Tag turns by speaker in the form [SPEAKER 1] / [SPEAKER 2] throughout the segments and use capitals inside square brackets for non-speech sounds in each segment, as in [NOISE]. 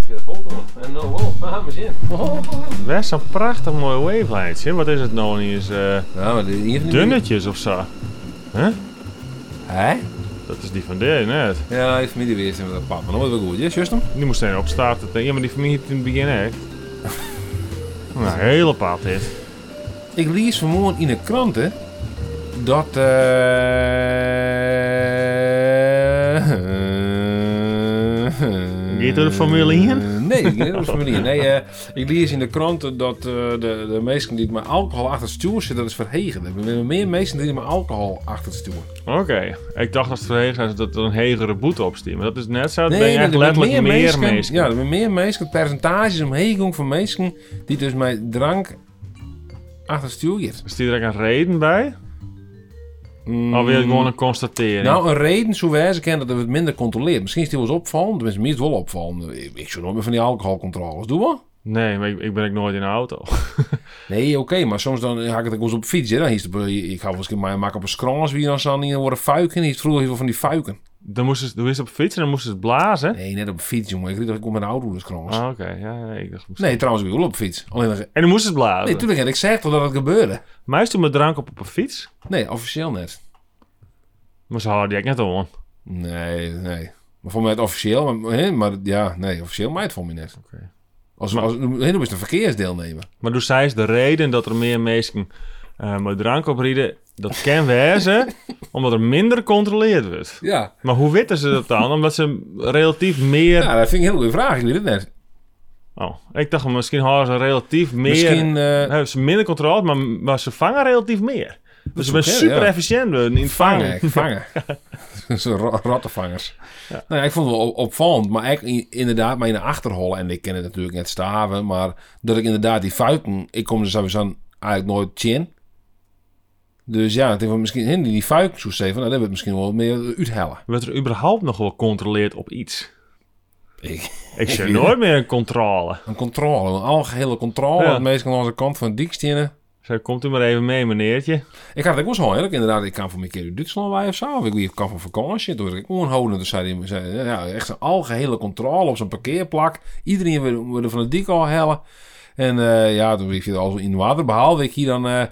[SPEAKER 1] via de volkant. En no, wow, we gaan we zien.
[SPEAKER 2] Best een prachtig mooie wavelength. hè? Wat is het nou niet eens? eh,
[SPEAKER 1] Nou, maar dit hier niet.
[SPEAKER 2] dunnetjes of zo. Hè?
[SPEAKER 1] Hè?
[SPEAKER 2] Dat is die van deze net.
[SPEAKER 1] Ja, die familie weer in met papa. Dan wordt het wel goed, hè, Justin?
[SPEAKER 2] Die moest hij opstarten. tegen- Ja, maar die van mij heeft in het begin echt. [LAUGHS] Nou, een hele paal dit.
[SPEAKER 1] Ik lees vanmorgen in de kranten dat. eh
[SPEAKER 2] Niet door de familie
[SPEAKER 1] [LAUGHS]
[SPEAKER 2] heen?
[SPEAKER 1] Nee, niet door de familie. Nee, eh, ik lees in de kranten dat eh, de, de meesten die met alcohol achter het stuur zitten, dat is verhegen. Er zijn meer meesten die met alcohol achter het stuur.
[SPEAKER 2] Oké, ik dacht als het verheven is dat er een hegere boete op stiet, Maar dat is net zo. Dat ben je
[SPEAKER 1] er
[SPEAKER 2] echt
[SPEAKER 1] zijn
[SPEAKER 2] letterlijk meer mensen.
[SPEAKER 1] Ja, er zijn meer mensen. Percentages omheen van mensen die dus met drank achter het stuur zitten.
[SPEAKER 2] Is hier een reden bij? Of Oh, wil je gewoon een constatering?
[SPEAKER 1] Mm. Nou, een reden zo wijze kennen dat we het minder controleert. Misschien is die wel eens opvallend, tenminste, mij is het wel opvallend. Ik ik zou nooit meer van die alcoholcontroles doen, hoor.
[SPEAKER 2] Nee, maar ik, ik ben ook nooit in een auto. [LAUGHS]
[SPEAKER 1] Nee, oké, maar soms dan haak ik het ook wel eens op de fiets, hè. Dan is het, ik ga wel eens een keer maken op een scrolls wie dan staan hier worden fuiken. Hier is vroeger heel veel van die fuiken.
[SPEAKER 2] dan moesten ze, dan moesten ze op fietsen en dan moesten ze het blazen.
[SPEAKER 1] Nee, net op de fiets, jongen. Ik weet dat ik kom met een auto door de scrolls.
[SPEAKER 2] Ah, oké. Ja, ja, ik dacht misschien.
[SPEAKER 1] Nee, trouwens, ik wil wel op de fiets. Alleen dan...
[SPEAKER 2] En dan moesten ze het blazen.
[SPEAKER 1] Nee, natuurlijk, ik zeg toch dat het gebeurde.
[SPEAKER 2] Maar is toen met drank op op een fiets?
[SPEAKER 1] Nee, officieel net.
[SPEAKER 2] Maar ze hadden die echt net om.
[SPEAKER 1] Nee, nee. Maar voor mij het officieel, maar, hè, maar ja, nee, officieel mij het voor mij net.
[SPEAKER 2] Oké.
[SPEAKER 1] Als, als, hè, dan is het een verkeersdeelnemer.
[SPEAKER 2] Maar toen zei ze de reden dat er meer mensen eh, met drank oprieden, dat
[SPEAKER 1] [LAUGHS]
[SPEAKER 2] kan wezen omdat er minder gecontroleerd wordt.
[SPEAKER 1] Ja,
[SPEAKER 2] Maar hoe weten ze dat dan? Omdat ze relatief meer...
[SPEAKER 1] Ja, dat vind ik een hele goede vraag. Ik weet het net.
[SPEAKER 2] Oh, ik dacht misschien hadden ze relatief meer...
[SPEAKER 1] Misschien. [LAUGHS] eh,
[SPEAKER 2] hebben ze minder controle, maar, maar ze vangen relatief meer. Dus ze zijn
[SPEAKER 1] oké,
[SPEAKER 2] super
[SPEAKER 1] ja.
[SPEAKER 2] efficiënt in het vangen.
[SPEAKER 1] vangen, ik, vangen. [LAUGHS] Zo'n ra- rattenvangers. Nou ja, ik vond het wel op- opvallend. Maar eigenlijk i- inderdaad, maar in de achterhol. En ik ken het natuurlijk net staven. Maar dat ik inderdaad die fuiken... Ik kom er sowieso eigenlijk nooit chin. Dus ja, het heeft wel misschien... hè, Die, die fuiken zo zeven, nou, dat we misschien wel meer uithellen.
[SPEAKER 2] Wordt er überhaupt nog wel gecontroleerd op iets?
[SPEAKER 1] Ik-
[SPEAKER 2] Ik zie nooit meer een controle.
[SPEAKER 1] Een controle, een algehele controle.
[SPEAKER 2] Ja.
[SPEAKER 1] Het meest aan onze kant van Diekstenen.
[SPEAKER 2] Zo, komt u maar even mee, meneertje.
[SPEAKER 1] Ik had het ook wel zo hè, dat ik inderdaad. Ik kan voor mijn keer uit Duitsland wij of zo. Of ik ik kan van vakantie. Toen werd ik onhouden. Toen dus zei hij, zei, ja, echt een algehele controle op zo'n parkeerplak. Iedereen wil- wil er van de dik al hellen. En eh, ja, toen werd je al in water behaalde ik hier dan eh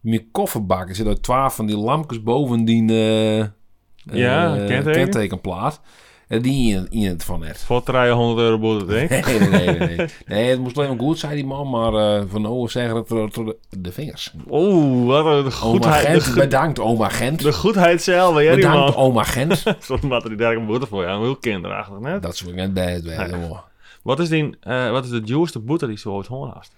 [SPEAKER 1] mijn kofferbak. Er zitten twaalf van die lampjes bovendien. eh
[SPEAKER 2] Ja,
[SPEAKER 1] eh,
[SPEAKER 2] kenteken.
[SPEAKER 1] kentekenplaat. En die in, in het van net.
[SPEAKER 2] Voor 300 euro boete, denk ik.
[SPEAKER 1] Nee, nee, nee, nee, nee. Nee, het moest alleen maar goed, zei die man. Maar eh, van Owen zeggen het door door de, de vingers.
[SPEAKER 2] Oeh, wat een
[SPEAKER 1] Oma
[SPEAKER 2] goedheid. De, [LAUGHS]
[SPEAKER 1] Gent,
[SPEAKER 2] go-
[SPEAKER 1] bedankt oma Gent.
[SPEAKER 2] de goedheid zelf, ja, die
[SPEAKER 1] Bedankt,
[SPEAKER 2] man.
[SPEAKER 1] oma Gent.
[SPEAKER 2] [LAUGHS] Soms maakt er die dergelijke boete voor, ja. Heel kinderachtig, net.
[SPEAKER 1] dat soort net bij het werk, jongen.
[SPEAKER 2] Wat is, die, eh, wat is de duurste boete die ze ooit horen hast?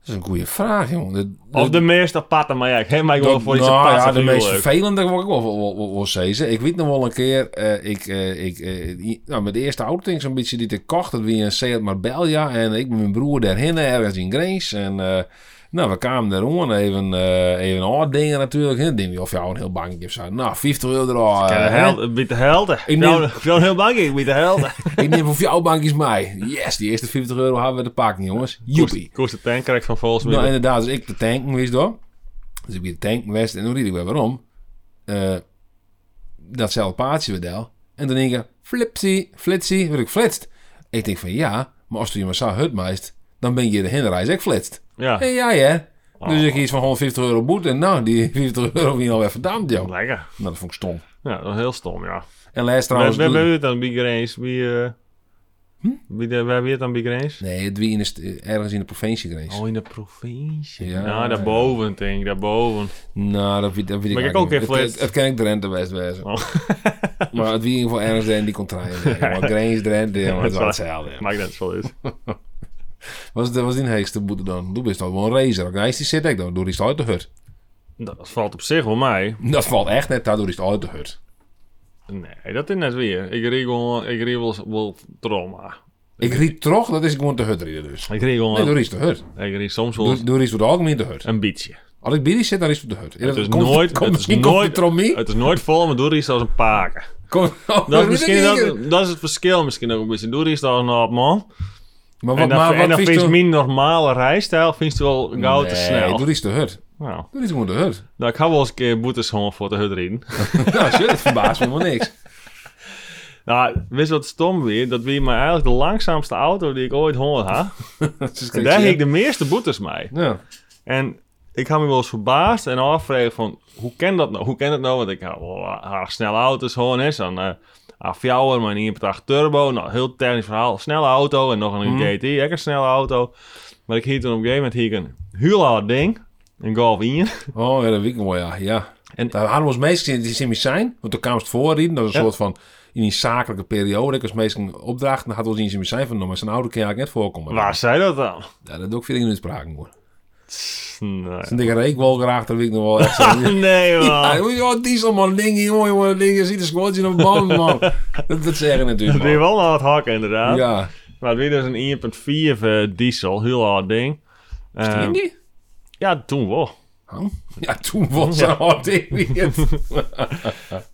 [SPEAKER 1] Dat is een goede vraag, jongen. De,
[SPEAKER 2] Of de meest aparte, maar ja, ik heb mij wel
[SPEAKER 1] dat-
[SPEAKER 2] voor iets
[SPEAKER 1] nou,
[SPEAKER 2] apart.
[SPEAKER 1] ja, de meest vervelende wil ik wel, wel, wel, wel- wel zeggen. Ik weet nog wel een keer, eh, ik, eh, ik, eh, i- nou, met de eerste auto zo'n beetje die ik kocht, dat wie een Seat Marbella en ik met mijn broer daarheen eh, ergens in Grace en eh, nou, we kwamen daar om en even, eh even oud dingen natuurlijk. En dan denk je of jou een heel bankje of zo. Nou, 50 euro eraf.
[SPEAKER 2] Ja, de helden. Bij Eh, de helden. Ik
[SPEAKER 1] neem-
[SPEAKER 2] ben ik ben heel bang, ik ben de
[SPEAKER 1] [LAUGHS]
[SPEAKER 2] helden.
[SPEAKER 1] ik neem voor jouw bankjes mij. Yes, die eerste 50 euro hebben we te pakken, jongens. Joepie.
[SPEAKER 2] Koers- Koers de tankrijk van volgens
[SPEAKER 1] Nou,
[SPEAKER 2] mij.
[SPEAKER 1] inderdaad. Dus ik de tanken wist door. Dus ik weer de tanken west. En toen riep ik weer waarom. Eh, datzelfde paardje weer daar. En dan denk ik, flipsie, flitsie, word ik flitst. Ik denk van ja, maar als je maar zo hut meist, dan ben je de hinderreis ook flitst.
[SPEAKER 2] Ja,
[SPEAKER 1] En ja, ja. Dus ik iets van 150 euro boete. En nou, die 50 euro weer alweer verdampt, joh. Nou,
[SPEAKER 2] lekker.
[SPEAKER 1] dat vond ik stom.
[SPEAKER 2] Ja, dat is heel stom, ja.
[SPEAKER 1] En les
[SPEAKER 2] We
[SPEAKER 1] trouwens...
[SPEAKER 2] hebben het dan bij Grains. Wie, eh
[SPEAKER 1] Hm?
[SPEAKER 2] wie, de- waar wie het dan bij Grains?
[SPEAKER 1] Nee, het wie in de st- ergens in de provincie geweest.
[SPEAKER 2] Oh, in de provincie.
[SPEAKER 1] Ja,
[SPEAKER 2] nou,
[SPEAKER 1] ja.
[SPEAKER 2] daarboven, denk ik. Daarboven.
[SPEAKER 1] Nou, dat weet, dat weet ik
[SPEAKER 2] Maar ik
[SPEAKER 1] eigenlijk
[SPEAKER 2] ook
[SPEAKER 1] niet.
[SPEAKER 2] even
[SPEAKER 1] Het-
[SPEAKER 2] lezen.
[SPEAKER 1] Het, het ken ik Drenthe best wezen.
[SPEAKER 2] Oh.
[SPEAKER 1] [LAUGHS] maar het wie in ieder geval ergens zijn die kon draaien.
[SPEAKER 2] [LAUGHS]
[SPEAKER 1] Nee, jongen, Grange, Drenthe, jongen, het was hetzelfde. jongen.
[SPEAKER 2] Maakt net zo is.
[SPEAKER 1] Was het was die heekste boete dan? Doe best al wel een racer. Grijs die zit ik dan. Door is het uit de hut.
[SPEAKER 2] [LAUGHS] Dat valt op zich wel mij.
[SPEAKER 1] Dat valt echt net. Daardoor is het uit de hut.
[SPEAKER 2] Nee, dat is net weer. Ik riep gewoon, ik riep wel, wel trauma.
[SPEAKER 1] Ik riep toch, dat is gewoon de hut rijden dus.
[SPEAKER 2] Ik riep
[SPEAKER 1] Nee, Dus-
[SPEAKER 2] gewoon,
[SPEAKER 1] door is het de hut.
[SPEAKER 2] ik riep soms wel
[SPEAKER 1] Door, door is het algemeen de hut.
[SPEAKER 2] een beetje.
[SPEAKER 1] Als ik binnen zit, dan is het op de hut.
[SPEAKER 2] Het is nooit,
[SPEAKER 1] komt,
[SPEAKER 2] het is
[SPEAKER 1] misschien komt de
[SPEAKER 2] nooit,
[SPEAKER 1] tromie.
[SPEAKER 2] het is nooit vol, maar Doerie is als een paken.
[SPEAKER 1] Komt- [LAUGHS]
[SPEAKER 2] Dat is, misschien, dat, dat is het verschil misschien ook een beetje. Doerie is als een hap man.
[SPEAKER 1] Maar
[SPEAKER 2] En
[SPEAKER 1] wat,
[SPEAKER 2] dan,
[SPEAKER 1] maar
[SPEAKER 2] en
[SPEAKER 1] wat
[SPEAKER 2] dan
[SPEAKER 1] vind
[SPEAKER 2] vind je
[SPEAKER 1] je-
[SPEAKER 2] mijn normale rijstijl vindt je wel gauw te
[SPEAKER 1] Nee,
[SPEAKER 2] snel.
[SPEAKER 1] door is de hut.
[SPEAKER 2] Nou,
[SPEAKER 1] Door is gewoon de hut. [LAUGHS]
[SPEAKER 2] nou, ik ga wel eens een keer boetes gewoon voor de hut rijden.
[SPEAKER 1] Nou, shit, dat verbaast me helemaal niks.
[SPEAKER 2] [LAUGHS] Nou, wist wat stom weer? Dat wie maar eigenlijk de langzaamste auto die ik ooit hoor
[SPEAKER 1] [LAUGHS]
[SPEAKER 2] had.
[SPEAKER 1] Dat is
[SPEAKER 2] En daar
[SPEAKER 1] gek,
[SPEAKER 2] heb ik de meeste boetes mee.
[SPEAKER 1] Ja.
[SPEAKER 2] En ik had me wel eens verbaasd en afvragen van, hoe kan dat nou? Hoe kan dat nou? Want ik had wel aardig snelle auto's gewoon, hè. Zo'n eh, A4, maar een 1.8 turbo. Nou, heel technisch verhaal. Snelle auto en nog een
[SPEAKER 1] Mhm.
[SPEAKER 2] GT, ook een snelle auto. Maar ik hield toen op een gegeven moment hier een heel hard ding. Een
[SPEAKER 1] [LAUGHS]
[SPEAKER 2] Golf 1.
[SPEAKER 1] Oh, ja, dat weet ik wel, ja. ja. En
[SPEAKER 2] En-
[SPEAKER 1] daar hadden we ons meestal die semi zijn, want toen kwamen ze het voorrieden. Dat is een
[SPEAKER 2] Ja.
[SPEAKER 1] soort van, in die zakelijke periode, ik was meestal een opdracht, dan hadden we ons in semi zijn van, nou, maar zijn oude kan eigenlijk net voorkomen.
[SPEAKER 2] Waar zei dat dan?
[SPEAKER 1] Ja, dat doe ik veel in de sprake, hoor.
[SPEAKER 2] Nee,
[SPEAKER 1] Zijn dikke reekwolk erachter, weet ik nog wel echt
[SPEAKER 2] Oh.
[SPEAKER 1] zo. [LAUGHS]
[SPEAKER 2] [LAUGHS] nee
[SPEAKER 1] Ja,
[SPEAKER 2] man.
[SPEAKER 1] joh, diesel man, dingen, jongen, jongen, dingen, ziet een squadje op de band, man. Dat, dat zeggen
[SPEAKER 2] Dat
[SPEAKER 1] natuurlijk, man.
[SPEAKER 2] deed wel hard hakken inderdaad.
[SPEAKER 1] Ja.
[SPEAKER 2] Maar het was dus een 1.4 eh, diesel. Heel hard ding. Ehm,
[SPEAKER 1] Ging die?
[SPEAKER 2] ja, toen wel.
[SPEAKER 1] Huh? Ja, toen was ze al
[SPEAKER 2] [LAUGHS]
[SPEAKER 1] tegen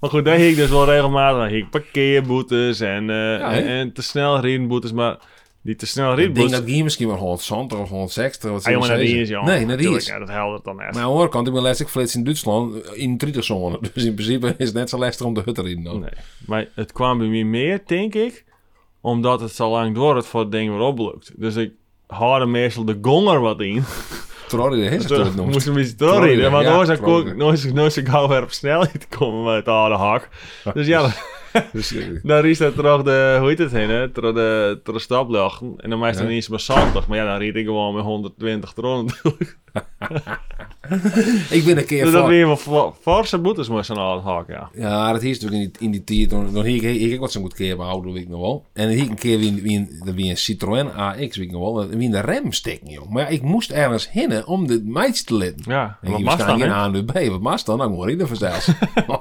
[SPEAKER 2] Maar goed, daar hing ik dus wel regelmatig. Dan hing ik parkeerboetes en, eh,
[SPEAKER 1] Ja, hè?
[SPEAKER 2] en, en te snel ritboetes. Maar die te snel
[SPEAKER 1] Ik denk dat
[SPEAKER 2] ritboetes...
[SPEAKER 1] hier misschien wel 170 of 160. Wat
[SPEAKER 2] Ah, jongen, naar die is, jongen.
[SPEAKER 1] Nee, naar die
[SPEAKER 2] Tuurlijk,
[SPEAKER 1] is.
[SPEAKER 2] Ja, dat helpt dan echt.
[SPEAKER 1] Maar aan de andere kant, ik ben letterlijk flits in Duitsland eh, in 30 zone. [LAUGHS] Dus in principe is het net zo lastig om de hut te rijden dan.
[SPEAKER 2] Nee. Maar het kwam bij mij meer, denk ik, omdat het zo lang door het voor het ding weer oplukt. Dus ik haalde meestal de gonger wat
[SPEAKER 1] [LAUGHS]
[SPEAKER 2] in.
[SPEAKER 1] Terwijl je de hens
[SPEAKER 2] Toen
[SPEAKER 1] het noemt.
[SPEAKER 2] [LAUGHS] moest een beetje doorrijden. Maar
[SPEAKER 1] ja,
[SPEAKER 2] nooit zou ik
[SPEAKER 1] trorriden.
[SPEAKER 2] ook- nooit zou ik nooit zo gauw weer op snelheid komen met het harde hak. Dus
[SPEAKER 1] [LAUGHS]
[SPEAKER 2] ja,
[SPEAKER 1] Dus, eh,
[SPEAKER 2] Dan riest dat terug de, hoe heet het heen, hè? Terug de, terug de stoplicht. En dan maakt het
[SPEAKER 1] Ja.
[SPEAKER 2] niet eens maar 70. Maar ja, dan riet ik gewoon met 120 [LAUGHS] rond.
[SPEAKER 1] ik ben een keer
[SPEAKER 2] Dus
[SPEAKER 1] van-
[SPEAKER 2] dat weer wel fo- forse boetes maar zo'n hard hak, ja.
[SPEAKER 1] Ja, dat is natuurlijk in die, in die tijd. Dan, dan hing ik, hing ik wat zo'n goed keer behouden, weet ik nog wel. En dan hing ik een keer wie, wie, een, wie een Citroën AX, weet ik nog wel. en Wie in de rem steken, joh. Maar ja, ik moest ergens hinnen om de meidje te litten.
[SPEAKER 2] Ja,
[SPEAKER 1] En
[SPEAKER 2] wat
[SPEAKER 1] je
[SPEAKER 2] mag
[SPEAKER 1] staan
[SPEAKER 2] dan,
[SPEAKER 1] geen
[SPEAKER 2] hè?
[SPEAKER 1] aan de B. Wat mag dan? Nou, Dan hoor ik er
[SPEAKER 2] [LAUGHS]
[SPEAKER 1] vanzelf.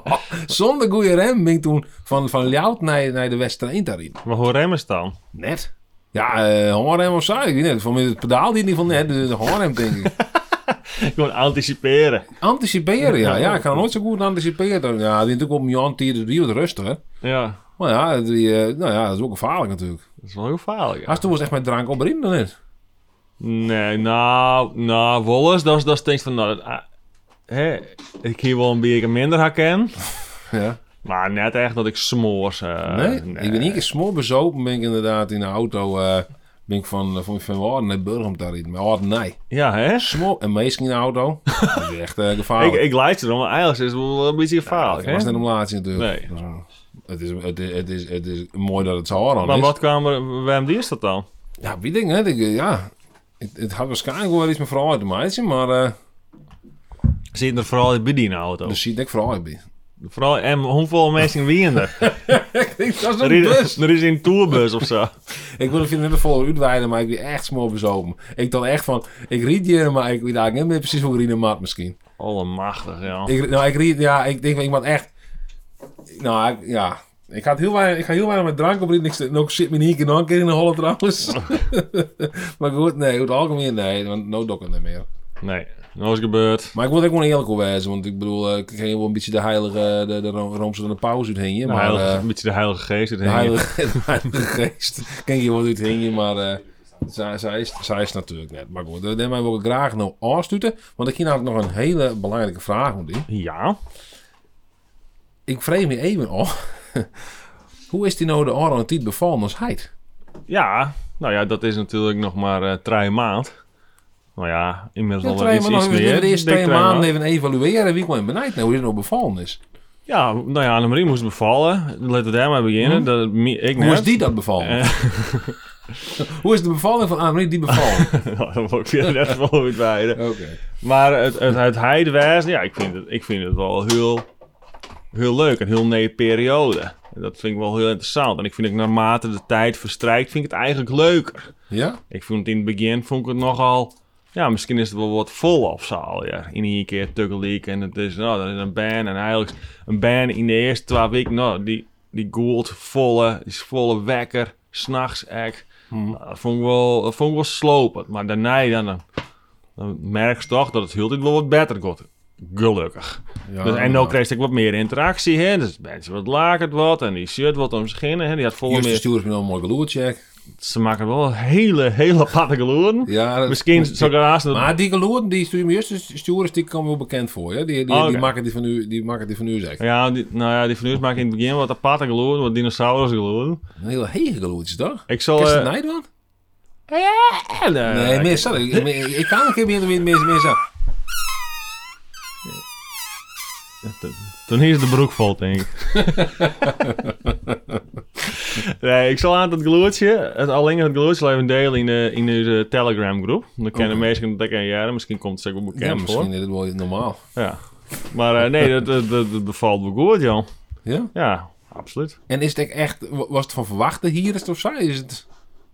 [SPEAKER 1] [LAUGHS] Zonder goede rem ben ik toen van, van Ljout naar, naar de Westereen daarin.
[SPEAKER 2] Maar hoe remmen ze dan? [LAUGHS]
[SPEAKER 1] Net. Ja, eh hoorrem of zo. Ik weet niet. Van mij het pedaal die in ieder geval net. De, de hoorrem denk
[SPEAKER 2] [LAUGHS]
[SPEAKER 1] ik.
[SPEAKER 2] Gewoon anticiperen.
[SPEAKER 1] Anticiperen, ja. Ja, ik kan nooit zo goed anticiperen. Ja, die natuurlijk op mijn hand hier, dus die wordt rustiger.
[SPEAKER 2] Ja,
[SPEAKER 1] Maar ja, die, eh, nou ja, dat is ook gevaarlijk natuurlijk.
[SPEAKER 2] dat is wel heel gevaarlijk, ja.
[SPEAKER 1] Als toen was echt met drank op erin dan net.
[SPEAKER 2] Nee, nou, nou, Wallace, dat is, dat is denk ik van, nou, dat, ah, hè, ik hier wel een beetje minder herken.
[SPEAKER 1] Ja.
[SPEAKER 2] Maar net echt dat ik smoors. eh,
[SPEAKER 1] nee? Ik ben één keer smoor bezopen, ben ik inderdaad in de auto. eh, ben ik van, eh, van, van Waarden naar Burgum daarin. Maar Waarden, nee.
[SPEAKER 2] Ja, hè?
[SPEAKER 1] Smol en meestal in de
[SPEAKER 2] [LAUGHS]
[SPEAKER 1] auto. Dat is echt eh,
[SPEAKER 2] Ik,
[SPEAKER 1] gevaarlijk.
[SPEAKER 2] ik luister dan, maar eigenlijk is het wel een beetje
[SPEAKER 1] dat
[SPEAKER 2] gevaarlijk, hè?
[SPEAKER 1] was net om laatst natuurlijk.
[SPEAKER 2] Nee.
[SPEAKER 1] Dus, eh, Het is, het, is, het, is, het is mooi dat het zo hard
[SPEAKER 2] Maar
[SPEAKER 1] is.
[SPEAKER 2] wat kwam er, waarom die is dat dan?
[SPEAKER 1] Ja, wie denkt net? Ik, eh, ja, het, het had waarschijnlijk wel iets met vrouw uit de meisje, maar eh
[SPEAKER 2] Zitten er vooral in bedienauto.
[SPEAKER 1] dus ziet ik vrouw uit [LAUGHS] bij.
[SPEAKER 2] Vooral, en hoeveel mensen wien
[SPEAKER 1] [LAUGHS]
[SPEAKER 2] er?
[SPEAKER 1] dat is een
[SPEAKER 2] Er is, er is een tourbus of zo.
[SPEAKER 1] Ik wil het net een volle uitweiden, maar ik ben echt smoor bezopen. Ik dacht echt van, ik riet hier, maar ik weet eigenlijk niet meer precies hoe ik riet en maat misschien.
[SPEAKER 2] Allemachtig, ja.
[SPEAKER 1] Ik, nou, ik riet, ja, ik denk, ik moet echt... Nou, ik- ja... Ik ga, het heel weinig, ik ga heel weinig met drank op rieten. Ik zit- Nog zit me niet in een keer in de holle trouwens. [LAUGHS] maar goed, nee, over het algemeen nee. Want no dokken er meer.
[SPEAKER 2] Nee, nooit gebeurd.
[SPEAKER 1] Maar ik wil er ook gewoon eerlijk over wezen. Want ik bedoel, eh, ik ken wel een beetje de heilige, eh, de, de Ro- Roomse van de pauze uit heen.
[SPEAKER 2] De
[SPEAKER 1] Maar,
[SPEAKER 2] heilige-
[SPEAKER 1] eh,
[SPEAKER 2] een beetje de heilige geest. het
[SPEAKER 1] de
[SPEAKER 2] hing hier.
[SPEAKER 1] heilige, [LAUGHS] de heilige geest. Ken je wel uit heen, maar... eh, zij, zij, is, zij is natuurlijk net. Maar goed, daar wil ik graag nou aanstuiten. Want ik heb namelijk nog een hele belangrijke vraag om die.
[SPEAKER 2] Ja,
[SPEAKER 1] Ik vrees me even af. [LAUGHS] Hoe is die nou de Arantiet bevallen als heid?
[SPEAKER 2] ja. Nou ja, dat is natuurlijk nog maar eh drie maand. Nou ja,
[SPEAKER 1] Ja,
[SPEAKER 2] inmiddels al wel
[SPEAKER 1] twee
[SPEAKER 2] iets, iets
[SPEAKER 1] maanden. We
[SPEAKER 2] meer.
[SPEAKER 1] de eerste
[SPEAKER 2] Dik
[SPEAKER 1] twee
[SPEAKER 2] drie
[SPEAKER 1] maanden even evalueren. Wie kwam benijd nou hoe dit nou bevallen is?
[SPEAKER 2] Ja, nou ja, Annemarie moest bevallen. Laten we daar maar beginnen. Dat, mi- ik
[SPEAKER 1] Hm. Hoe
[SPEAKER 2] net.
[SPEAKER 1] is
[SPEAKER 2] [LAUGHS]
[SPEAKER 1] die dat bevallen? [LAUGHS] hoe is de bevalling van Annemarie die bevallen?
[SPEAKER 2] nou, dan word ik weer [LAUGHS] echt wel weer bij.
[SPEAKER 1] [LAUGHS] Oké.
[SPEAKER 2] Maar het, het, het heidewijzen, ja, ik vind het, ik vind het wel heel, heel leuk. Een heel nee periode. En dat vind ik wel heel interessant. En ik vind het naarmate de tijd verstrijkt, vind ik het eigenlijk leuker.
[SPEAKER 1] Ja?
[SPEAKER 2] Ik vond het in het begin, vond ik het nogal... Ja, misschien is het wel wat vol of zo. Ja. In één keer tegelijk. En het is, nou, dat is een band. En eigenlijk is een band in de eerste twee weken, nou, die, die goelt volle, is volle wekker. S'nachts echt.
[SPEAKER 1] Hmm.
[SPEAKER 2] Nou, dat vond ik wel, dat vond ik wel slopend. Maar daarna dan, dan, dan merk je toch dat het heel tijd wel wat beter gaat. Gelukkig.
[SPEAKER 1] ja
[SPEAKER 2] dus, en dan kreeg ik wat meer interactie. Hè? Dus mensen wat lakert wat en die shirt wat om zich heen. Hè? Die had volle
[SPEAKER 1] Juist de
[SPEAKER 2] meer...
[SPEAKER 1] stuur is me nog een mooi geloertje.
[SPEAKER 2] ze maken wel hele, hele [LAUGHS] aparte geluiden.
[SPEAKER 1] Ja, dat-
[SPEAKER 2] Misschien zou ik haast...
[SPEAKER 1] Maar die geloeren, die stuur me juist sturen, die komen wel bekend voor. Ja? Die, die,
[SPEAKER 2] Oh,
[SPEAKER 1] die
[SPEAKER 2] oké.
[SPEAKER 1] maken die van u, die maken die van u zeg.
[SPEAKER 2] Ja, die, nou ja, die vernieuwers maken in het begin wat aparte geluiden, wat dinosaurus geluiden.
[SPEAKER 1] Een hele hege geloertjes toch?
[SPEAKER 2] Ik zal...
[SPEAKER 1] Is
[SPEAKER 2] eh,
[SPEAKER 1] het nijd dan?
[SPEAKER 2] eh,
[SPEAKER 1] Nee, meer zo. Ik, ik- ik kan een keer meer meer meer meer zo.
[SPEAKER 2] Toen is de broek vol, denk ik. nee, ik zal aan het gloedje, het alleen het gloedje even delen in de, in de Telegram groep. Dan kennen mensen dat lekker jaren, misschien komt het zeker wel
[SPEAKER 1] Ja,
[SPEAKER 2] bekend voor.
[SPEAKER 1] misschien is het wel normaal.
[SPEAKER 2] Ja. Maar eh, nee, dat, dat, dat, dat bevalt me goed, joh.
[SPEAKER 1] Ja?
[SPEAKER 2] Ja, absoluut.
[SPEAKER 1] En is het echt, was het van verwachten hier is het of zij? Is het...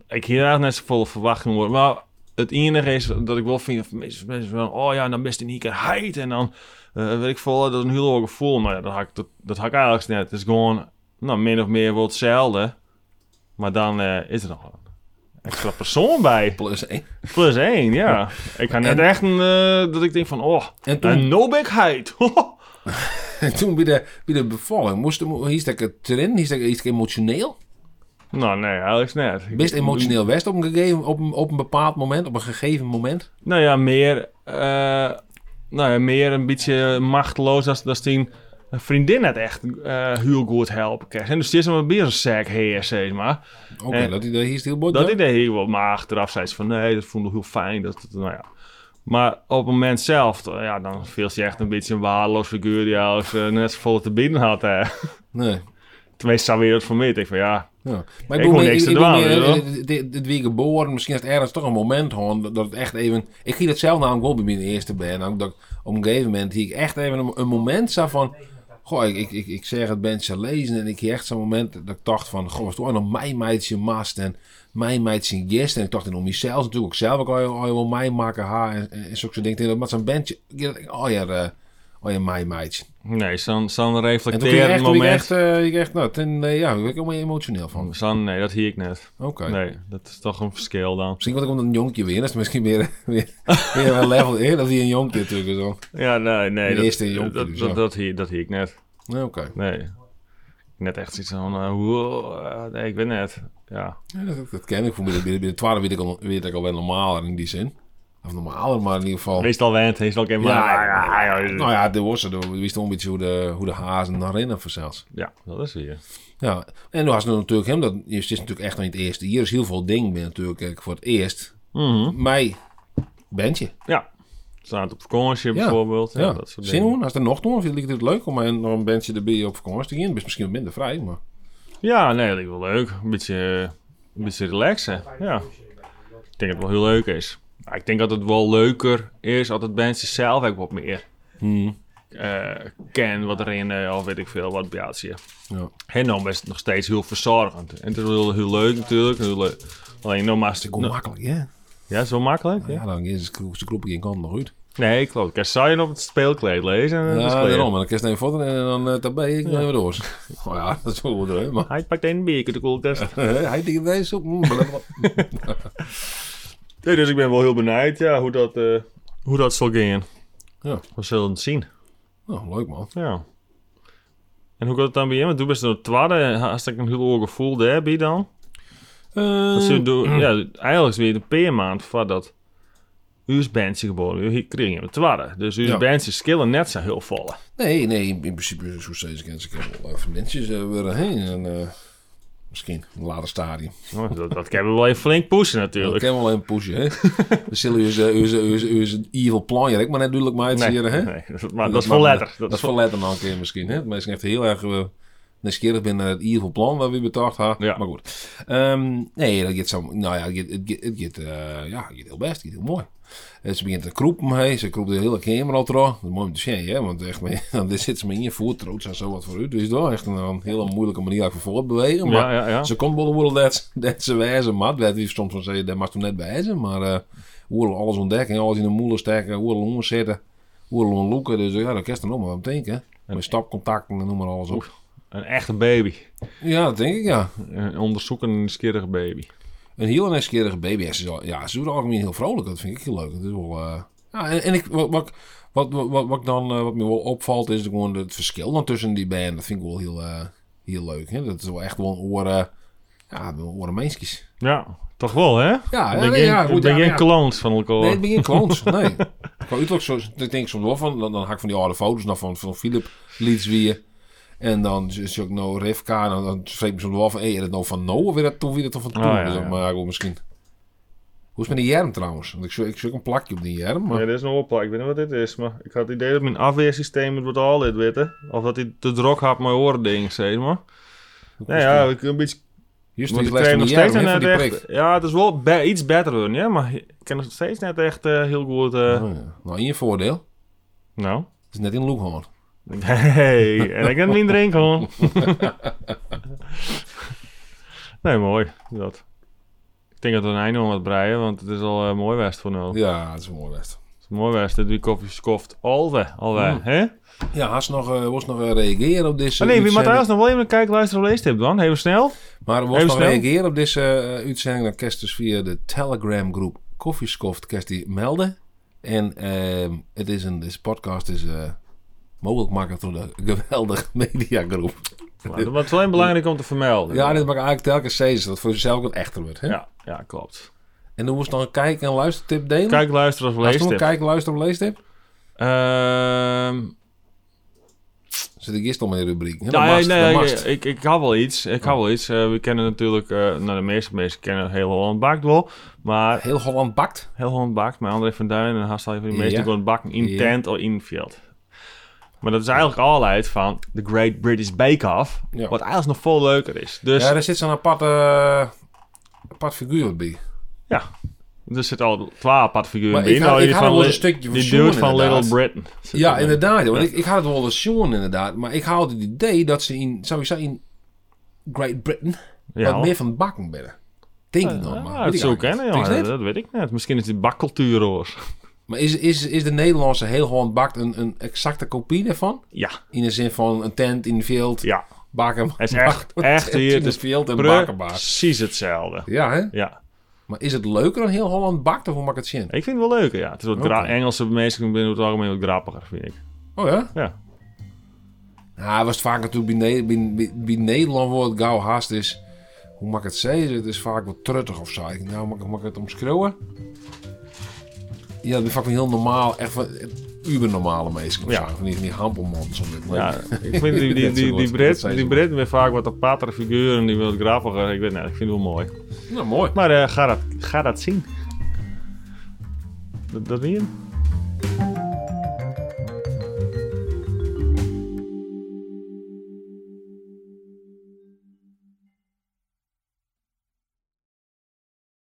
[SPEAKER 2] Ik hier eigenlijk net zo vol verwachting worden. Maar het enige is dat ik wel vind van mensen, mensen van, oh ja, dan best in één keer heid en dan eh, weet ik veel, dat is een heel hoog gevoel. Maar ja, dat had ik, dat, dat had ik eigenlijk net. Het is gewoon, nou, min of meer wel hetzelfde. Maar dan eh, is er nog een extra persoon bij.
[SPEAKER 1] Plus één.
[SPEAKER 2] Plus één, ja. Ik had net
[SPEAKER 1] En-
[SPEAKER 2] echt een, eh, dat ik denk van, oh,
[SPEAKER 1] En toen-
[SPEAKER 2] een no-bigheid. [LAUGHS]
[SPEAKER 1] En toen bij de, bij de bevalling, moest er, mo- hier stak het erin, hier stak iets emotioneel.
[SPEAKER 2] nou, nee, eigenlijk net. Ik-
[SPEAKER 1] Best
[SPEAKER 2] Mm.
[SPEAKER 1] emotioneel West op een, gegeven, op, een, op een bepaald moment, op een gegeven moment.
[SPEAKER 2] Nou ja, meer, eh, nou ja, meer een beetje machteloos als, als die vriendin het echt eh, heel goed helpen kan. En dus het is een beetje een sack heer, zeg maar.
[SPEAKER 1] Oké,
[SPEAKER 2] Eh,
[SPEAKER 1] dat, dat hier is heel mooi.
[SPEAKER 2] Dat
[SPEAKER 1] ja?
[SPEAKER 2] idee hier wel, maar achteraf zei ze van nee, dat vond ik heel fijn. Dat, dat- nou ja. Maar op het moment zelf, eh, ja, dan viel ze echt een beetje een waardeloos figuur die als eh, net zo vol te bieden had. Hè.
[SPEAKER 1] Nee.
[SPEAKER 2] Tenminste, zou weer het van mij. Ik denk van ja,
[SPEAKER 1] Ja. Maar
[SPEAKER 2] Ik
[SPEAKER 1] bedoel,
[SPEAKER 2] hoor niks te
[SPEAKER 1] bedoel,
[SPEAKER 2] dwalen,
[SPEAKER 1] eh,
[SPEAKER 2] hoor.
[SPEAKER 1] dit- dit- Dit weer geboren, misschien is het ergens toch een moment gewoon dat- dat het echt even... Ik zie dat zelf namelijk wel bij mijn eerste band. namelijk Dat ik op een gegeven moment zie ik echt even een, een moment zo van... Goh, ik, ik, ik, ik zeg het bandje lezen en ik hier echt zo'n moment dat ik dacht van... Goh, was het ooit nog mijn meidje mast en mijn meidje gist. En ik dacht in om jezelf natuurlijk ook zelf. Ik al je wel mijn maken haar en, en, en zulke soort dingen. Maar zo'n bandje, ik dacht, oh ja, eh, oh ja, mijn meidje.
[SPEAKER 2] nee, zo'n zo
[SPEAKER 1] En toen kreeg ik
[SPEAKER 2] reflecterend
[SPEAKER 1] echt, toen kreeg ik echt,
[SPEAKER 2] moment.
[SPEAKER 1] eh, ik echt, nou, toen, eh, ja, daar werd ik helemaal emotioneel van.
[SPEAKER 2] Zo'n, nee, dat zie ik net.
[SPEAKER 1] Oké.
[SPEAKER 2] Mm. Nee, dat is toch een verschil dan.
[SPEAKER 1] Misschien komt ik omdat een jonkje weer. Dat is misschien weer, [LAUGHS] weer, weer een level eer dat hij een jonkje natuurlijk is. dan.
[SPEAKER 2] Ja, nee, nee.
[SPEAKER 1] De
[SPEAKER 2] Dat,
[SPEAKER 1] eerste jonkie
[SPEAKER 2] dat, dat,
[SPEAKER 1] dus, ja.
[SPEAKER 2] dat, dat, hier- dat hier ik net.
[SPEAKER 1] Ja, Oké.
[SPEAKER 2] Nee. Net echt zoiets van, eh, wow, eh, nee, ik ben net. Ja.
[SPEAKER 1] Ja, dat, dat ken ik. Voor mij, bij, bij de twaalf weet ik, al, weet ik al wel normaler in die zin. Of normaler, maar in ieder geval.
[SPEAKER 2] Wees het al wend, wees het al geen
[SPEAKER 1] ja,
[SPEAKER 2] maar. Ja, ja,
[SPEAKER 1] nou ja, de was er. We wisten wel een beetje hoe de, hoe de hazen daarin hebben zelfs.
[SPEAKER 2] Ja, dat is weer.
[SPEAKER 1] Ja, en toen was het natuurlijk hem. Dat, het is natuurlijk echt nog niet het eerste. Hier is heel veel ding ben natuurlijk eh, voor het eerst.
[SPEAKER 2] Mhm.
[SPEAKER 1] Mij bandje.
[SPEAKER 2] Ja. Staat op vakantie
[SPEAKER 1] Ja.
[SPEAKER 2] bijvoorbeeld.
[SPEAKER 1] Ja,
[SPEAKER 2] Ja, dat soort
[SPEAKER 1] Zin
[SPEAKER 2] dingen.
[SPEAKER 1] doen? Als er nog doen, vind ik het leuk om een, nog een bandje erbij op vakantie te gaan. Dat is misschien wat minder vrij, maar...
[SPEAKER 2] Ja, nee, dat is wel leuk. Een beetje, eh, een beetje relaxen. Ja. Ik denk dat het wel heel leuk is. Maar ik denk dat het wel leuker is als het mensen zelf ook wat meer
[SPEAKER 1] Hmm.
[SPEAKER 2] eh kennen. Wat erin, eh, of weet ik veel, wat beatie.
[SPEAKER 1] Ja.
[SPEAKER 2] En dan is het nog steeds heel verzorgend. En het is wel heel, heel leuk natuurlijk. Heel leuk. Alleen nou, normaal is het...
[SPEAKER 1] Kom makkelijk, ja.
[SPEAKER 2] Ja, zo makkelijk, ja.
[SPEAKER 1] Nou. Ja, dan is de groep geen kant nog uit.
[SPEAKER 2] Nee, klopt. Ik zou je nog het speelkleed lezen. En
[SPEAKER 1] Ja,
[SPEAKER 2] het is
[SPEAKER 1] daarom. En dan kist een foto en dan uh, daarbij ik weer door. [LAUGHS] Oh ja, dat is wel goed, hè. Maar eh,
[SPEAKER 2] Hij pakt een bierke de koelkast.
[SPEAKER 1] hij denkt deze op. mm, blablabla.
[SPEAKER 2] Nee, dus ik ben wel heel benieuwd ja, hoe, dat, eh, hoe dat zal gaan.
[SPEAKER 1] Ja.
[SPEAKER 2] We zullen het zien.
[SPEAKER 1] [LAUGHS] Nou, leuk man.
[SPEAKER 2] Ja. En hoe gaat het dan bij je? Want toen best een twaalfde en had ik een heel hoog gevoel daarbij dan.
[SPEAKER 1] Ehm,
[SPEAKER 2] Dat ze
[SPEAKER 1] Mm.
[SPEAKER 2] doen, ja, eigenlijk is weer een paar maand voordat uw bandje geboren werd. Hier kreeg je hem twaalfde. Dus uw
[SPEAKER 1] Ja.
[SPEAKER 2] bandje skillen net zo heel vol.
[SPEAKER 1] Nee, nee, in in principe is het zo steeds ik heb wel even netjes eh, weer heen. En, eh, misschien een later stadium.
[SPEAKER 2] Nou, dat, dat kunnen we wel even flink pushen
[SPEAKER 1] Ik
[SPEAKER 2] natuurlijk.
[SPEAKER 1] ken wel een pushen,
[SPEAKER 2] [LAUGHS]
[SPEAKER 1] hè. Dan zullen we eens, eh, eens, eens, eens een evil plan, ja, ik maar net duidelijk maar iets
[SPEAKER 2] Nee,
[SPEAKER 1] hier, hè.
[SPEAKER 2] nee, dat, maar, dat
[SPEAKER 1] mag-
[SPEAKER 2] is vol letter.
[SPEAKER 1] Dat is vol letter dan een keer misschien. Hè? Mensen echt heel erg uh, nieuwsgierig binnen het evil plan dat we bedacht hadden.
[SPEAKER 2] Ja.
[SPEAKER 1] Maar goed. Ehm, nee, dat gaat zo. Nou ja, het gaat- het gaat- het gaat, eh, ja, het gaat heel best. Het gaat heel mooi. En ze begint te kroepen hè. Ze kroept de hele kamer al eraan. Dat is mooi om te zien, hè. Want echt, maar, [LAUGHS] dan zit ze me in je voet, trots en zo wat vooruit. Dus dat echt een, een hele moeilijke manier voor vooruit bewegen. Maar
[SPEAKER 2] Ja, ja, ja.
[SPEAKER 1] ze kon wel worden dat, [LAUGHS] dat ze wijzen, maar dat heeft soms van zeggen, dat mag toen net wijzen, maar eh hoe alles ontdekken, alles in de moeder steken, hoe honger zitten, hoe ontloeken, dus ja, dat kerst dan ook maar aan denken. Met stapcontacten en noem maar alles op.
[SPEAKER 2] Een echte baby.
[SPEAKER 1] Ja, dat denk ik, ja.
[SPEAKER 2] Een onderzoekende, nieuwsgierige baby.
[SPEAKER 1] Een heel nieuwsgierige baby. En Ze, is al- ja, ze doet algemeen heel vrolijk, dat vind ik heel leuk. Dat is wel, eh, ja, en, en ik, wat, wat, ik- wat, wat, wat, wat ik dan, eh, wat me wel opvalt, is gewoon het verschil dan tussen die band. Dat vind ik wel heel, eh, heel leuk. Hè? Dat is wel echt wel een oren... Ja, we horen meenskies.
[SPEAKER 2] Ja, toch wel, hè?
[SPEAKER 1] Ja,
[SPEAKER 2] Ik
[SPEAKER 1] ja,
[SPEAKER 2] ben
[SPEAKER 1] nee,
[SPEAKER 2] geen,
[SPEAKER 1] ja,
[SPEAKER 2] ik
[SPEAKER 1] goed,
[SPEAKER 2] ben
[SPEAKER 1] ja,
[SPEAKER 2] geen
[SPEAKER 1] ja.
[SPEAKER 2] clones van elkaar.
[SPEAKER 1] Nee, het begint kloons.
[SPEAKER 2] [LAUGHS]
[SPEAKER 1] Nee. Qua uiterlijk, zo, ik denk soms wel van, dan, dan hak ik van die oude foto's nog van, van Philip liet weer. En dan is ook nou Rivka, en dan, dan spreek ik soms wel van, hé, hey, is het nou van nou of weer dat toen weer dat dan van toen?
[SPEAKER 2] Oh, ja,
[SPEAKER 1] Dus dan,
[SPEAKER 2] ja.
[SPEAKER 1] Maar goed, misschien. Hoe is het met die jerm trouwens? Want ik zoek, ik zoek een plakje op die jerm, maar
[SPEAKER 2] Ja, dit is een opplak. Ik weet niet wat dit is, maar ik had het idee dat mijn afweersysteem het wordt al dit witte. Of dat hij te drok had mijn oren ding, zeg maar. Nou ja, ik een beetje...
[SPEAKER 1] juist
[SPEAKER 2] Want
[SPEAKER 1] die
[SPEAKER 2] ik
[SPEAKER 1] les van
[SPEAKER 2] kreeg nog
[SPEAKER 1] die
[SPEAKER 2] steeds
[SPEAKER 1] jerm, hè, van
[SPEAKER 2] net
[SPEAKER 1] die
[SPEAKER 2] echt...
[SPEAKER 1] prik.
[SPEAKER 2] Ja, het is wel be- iets beter worden, ja, maar ik ken het nog steeds net echt eh, heel goed... eh,
[SPEAKER 1] Oh, ja. Nou, in je voordeel.
[SPEAKER 2] Nou...
[SPEAKER 1] Het is net in Loekhorn.
[SPEAKER 2] Hey, en ik kan het niet drinken
[SPEAKER 1] [LAUGHS]
[SPEAKER 2] hoor. nee, mooi. Dat. Ik denk dat we een einde om wat breien, want het is al eh, mooi west voor nul.
[SPEAKER 1] Ja, het is mooi best.
[SPEAKER 2] Het is mooi west, de koffie skoft alweer. Alweer,
[SPEAKER 1] Mm.
[SPEAKER 2] hè?
[SPEAKER 1] Ja, haast nog, eh, was nog eh, reageren op deze
[SPEAKER 2] Oh, nee, wie
[SPEAKER 1] uitzending?
[SPEAKER 2] Matthijs nog wel even een kijk, luister of leestip dan. Even
[SPEAKER 1] [LAUGHS]
[SPEAKER 2] snel.
[SPEAKER 1] Maar we
[SPEAKER 2] Even
[SPEAKER 1] nog
[SPEAKER 2] snel.
[SPEAKER 1] reageren op deze eh, uitzending. Dan kerst dus via de Telegram groep Koffieskoft kerst die melden. En ehm, het is een, deze podcast is eh, mogelijk maken door de [LAUGHS] geweldige mediagroep.
[SPEAKER 2] Maar het is alleen belangrijk om te vermelden.
[SPEAKER 1] Ja, dit maakt eigenlijk telkens steeds dat voor zichzelf wat echter wordt. Hè?
[SPEAKER 2] ja, ja, klopt.
[SPEAKER 1] En dan moest dan een kijk- en luistertip delen.
[SPEAKER 2] Kijk, luister of
[SPEAKER 1] Als een
[SPEAKER 2] leestip.
[SPEAKER 1] kijk, luister of leestip.
[SPEAKER 2] Ehm,
[SPEAKER 1] Zit ik eerst al in de rubriek. hè?
[SPEAKER 2] Ja,
[SPEAKER 1] Dat
[SPEAKER 2] ja,
[SPEAKER 1] mast,
[SPEAKER 2] nee,
[SPEAKER 1] dat
[SPEAKER 2] ik,
[SPEAKER 1] mast.
[SPEAKER 2] ik, ik had wel iets. Ik had wel iets. Eh, we kennen natuurlijk, eh, nou de meeste mensen kennen heel Holland Bakt wel. Maar
[SPEAKER 1] Heel Holland bakt.
[SPEAKER 2] heel Holland Bakt met André van Duin en Hassan van die meeste
[SPEAKER 1] Ja.
[SPEAKER 2] die gewoon bakken in
[SPEAKER 1] Ja.
[SPEAKER 2] tent of in veld. Maar dat is eigenlijk al uit van The Great British Bake Off.
[SPEAKER 1] Ja.
[SPEAKER 2] Wat eigenlijk nog veel leuker is. Dus
[SPEAKER 1] Ja,
[SPEAKER 2] ja,
[SPEAKER 1] daar zit zo'n apart, eh, apart figuur bij.
[SPEAKER 2] Dus er zit al twaalf apart figuren
[SPEAKER 1] Maar
[SPEAKER 2] in.
[SPEAKER 1] ik had-
[SPEAKER 2] Nou,
[SPEAKER 1] ik
[SPEAKER 2] die
[SPEAKER 1] had
[SPEAKER 2] van
[SPEAKER 1] wel
[SPEAKER 2] Li-
[SPEAKER 1] een stukje van
[SPEAKER 2] Die
[SPEAKER 1] Sjoen
[SPEAKER 2] dude van
[SPEAKER 1] inderdaad.
[SPEAKER 2] Little Britain. zit
[SPEAKER 1] Ja,
[SPEAKER 2] erin.
[SPEAKER 1] inderdaad. joh. Want ik, ik had het wel eens zien, inderdaad. Maar ik had het idee dat ze in, sowieso in Great Britain
[SPEAKER 2] Ja.
[SPEAKER 1] wat meer van het bakken binnen. Denk ik dan maar. Weet
[SPEAKER 2] Ja, dat
[SPEAKER 1] ik
[SPEAKER 2] zou
[SPEAKER 1] eigenlijk
[SPEAKER 2] kennen,
[SPEAKER 1] niet. Denk
[SPEAKER 2] jongen.
[SPEAKER 1] je het?
[SPEAKER 2] Dat weet ik net. Misschien is het bakcultuur, hoor.
[SPEAKER 1] Maar is, is, is de Nederlandse heel Holland bakt een, een exacte kopie daarvan?
[SPEAKER 2] [LAUGHS] Ja,
[SPEAKER 1] In de zin van een tent in het veld,
[SPEAKER 2] ja.
[SPEAKER 1] bakken.
[SPEAKER 2] Het is
[SPEAKER 1] [LAUGHS]
[SPEAKER 2] echt, echt hier.
[SPEAKER 1] in
[SPEAKER 2] Het
[SPEAKER 1] het
[SPEAKER 2] is
[SPEAKER 1] veld en bakken bakken.
[SPEAKER 2] precies hetzelfde.
[SPEAKER 1] Ja, hè?
[SPEAKER 2] Ja,
[SPEAKER 1] Maar is het leuker dan heel Holland bakt of hoe maak ik het zin?
[SPEAKER 2] ik vind het wel leuk. Ja. Het is wat gra-
[SPEAKER 1] Oké.
[SPEAKER 2] Engelse mensen binnen het algemeen wat grappiger, vind ik.
[SPEAKER 1] Oh ja?
[SPEAKER 2] Ja.
[SPEAKER 1] Nou, het was vaak natuurlijk bij, Ne- bij, bij, bij Nederland wordt gauw haast is. Hoe mag ik het zeggen? Het is vaak wat truttig of zo. Ik denk, Nou, mag ik, mag ik het omschreeuwen? Ja, dat is vaak van heel normaal, echt van ubernormale mensen.
[SPEAKER 2] Ja.
[SPEAKER 1] Ja. Van die, van die hampelmans of dit.
[SPEAKER 2] ja. Ik vind die,
[SPEAKER 1] [LAUGHS] Dat
[SPEAKER 2] die,
[SPEAKER 1] zijn ze
[SPEAKER 2] die, die,
[SPEAKER 1] wel- dat
[SPEAKER 2] Brit,
[SPEAKER 1] zijn ze
[SPEAKER 2] die
[SPEAKER 1] wel.
[SPEAKER 2] Britten weer vaak wat apatere figuren. Die wat grappiger. Ik weet niet, ik vind het wel mooi.
[SPEAKER 1] Nou, mooi.
[SPEAKER 2] Maar eh, ga, dat, ga dat zien. Dat, dat niet?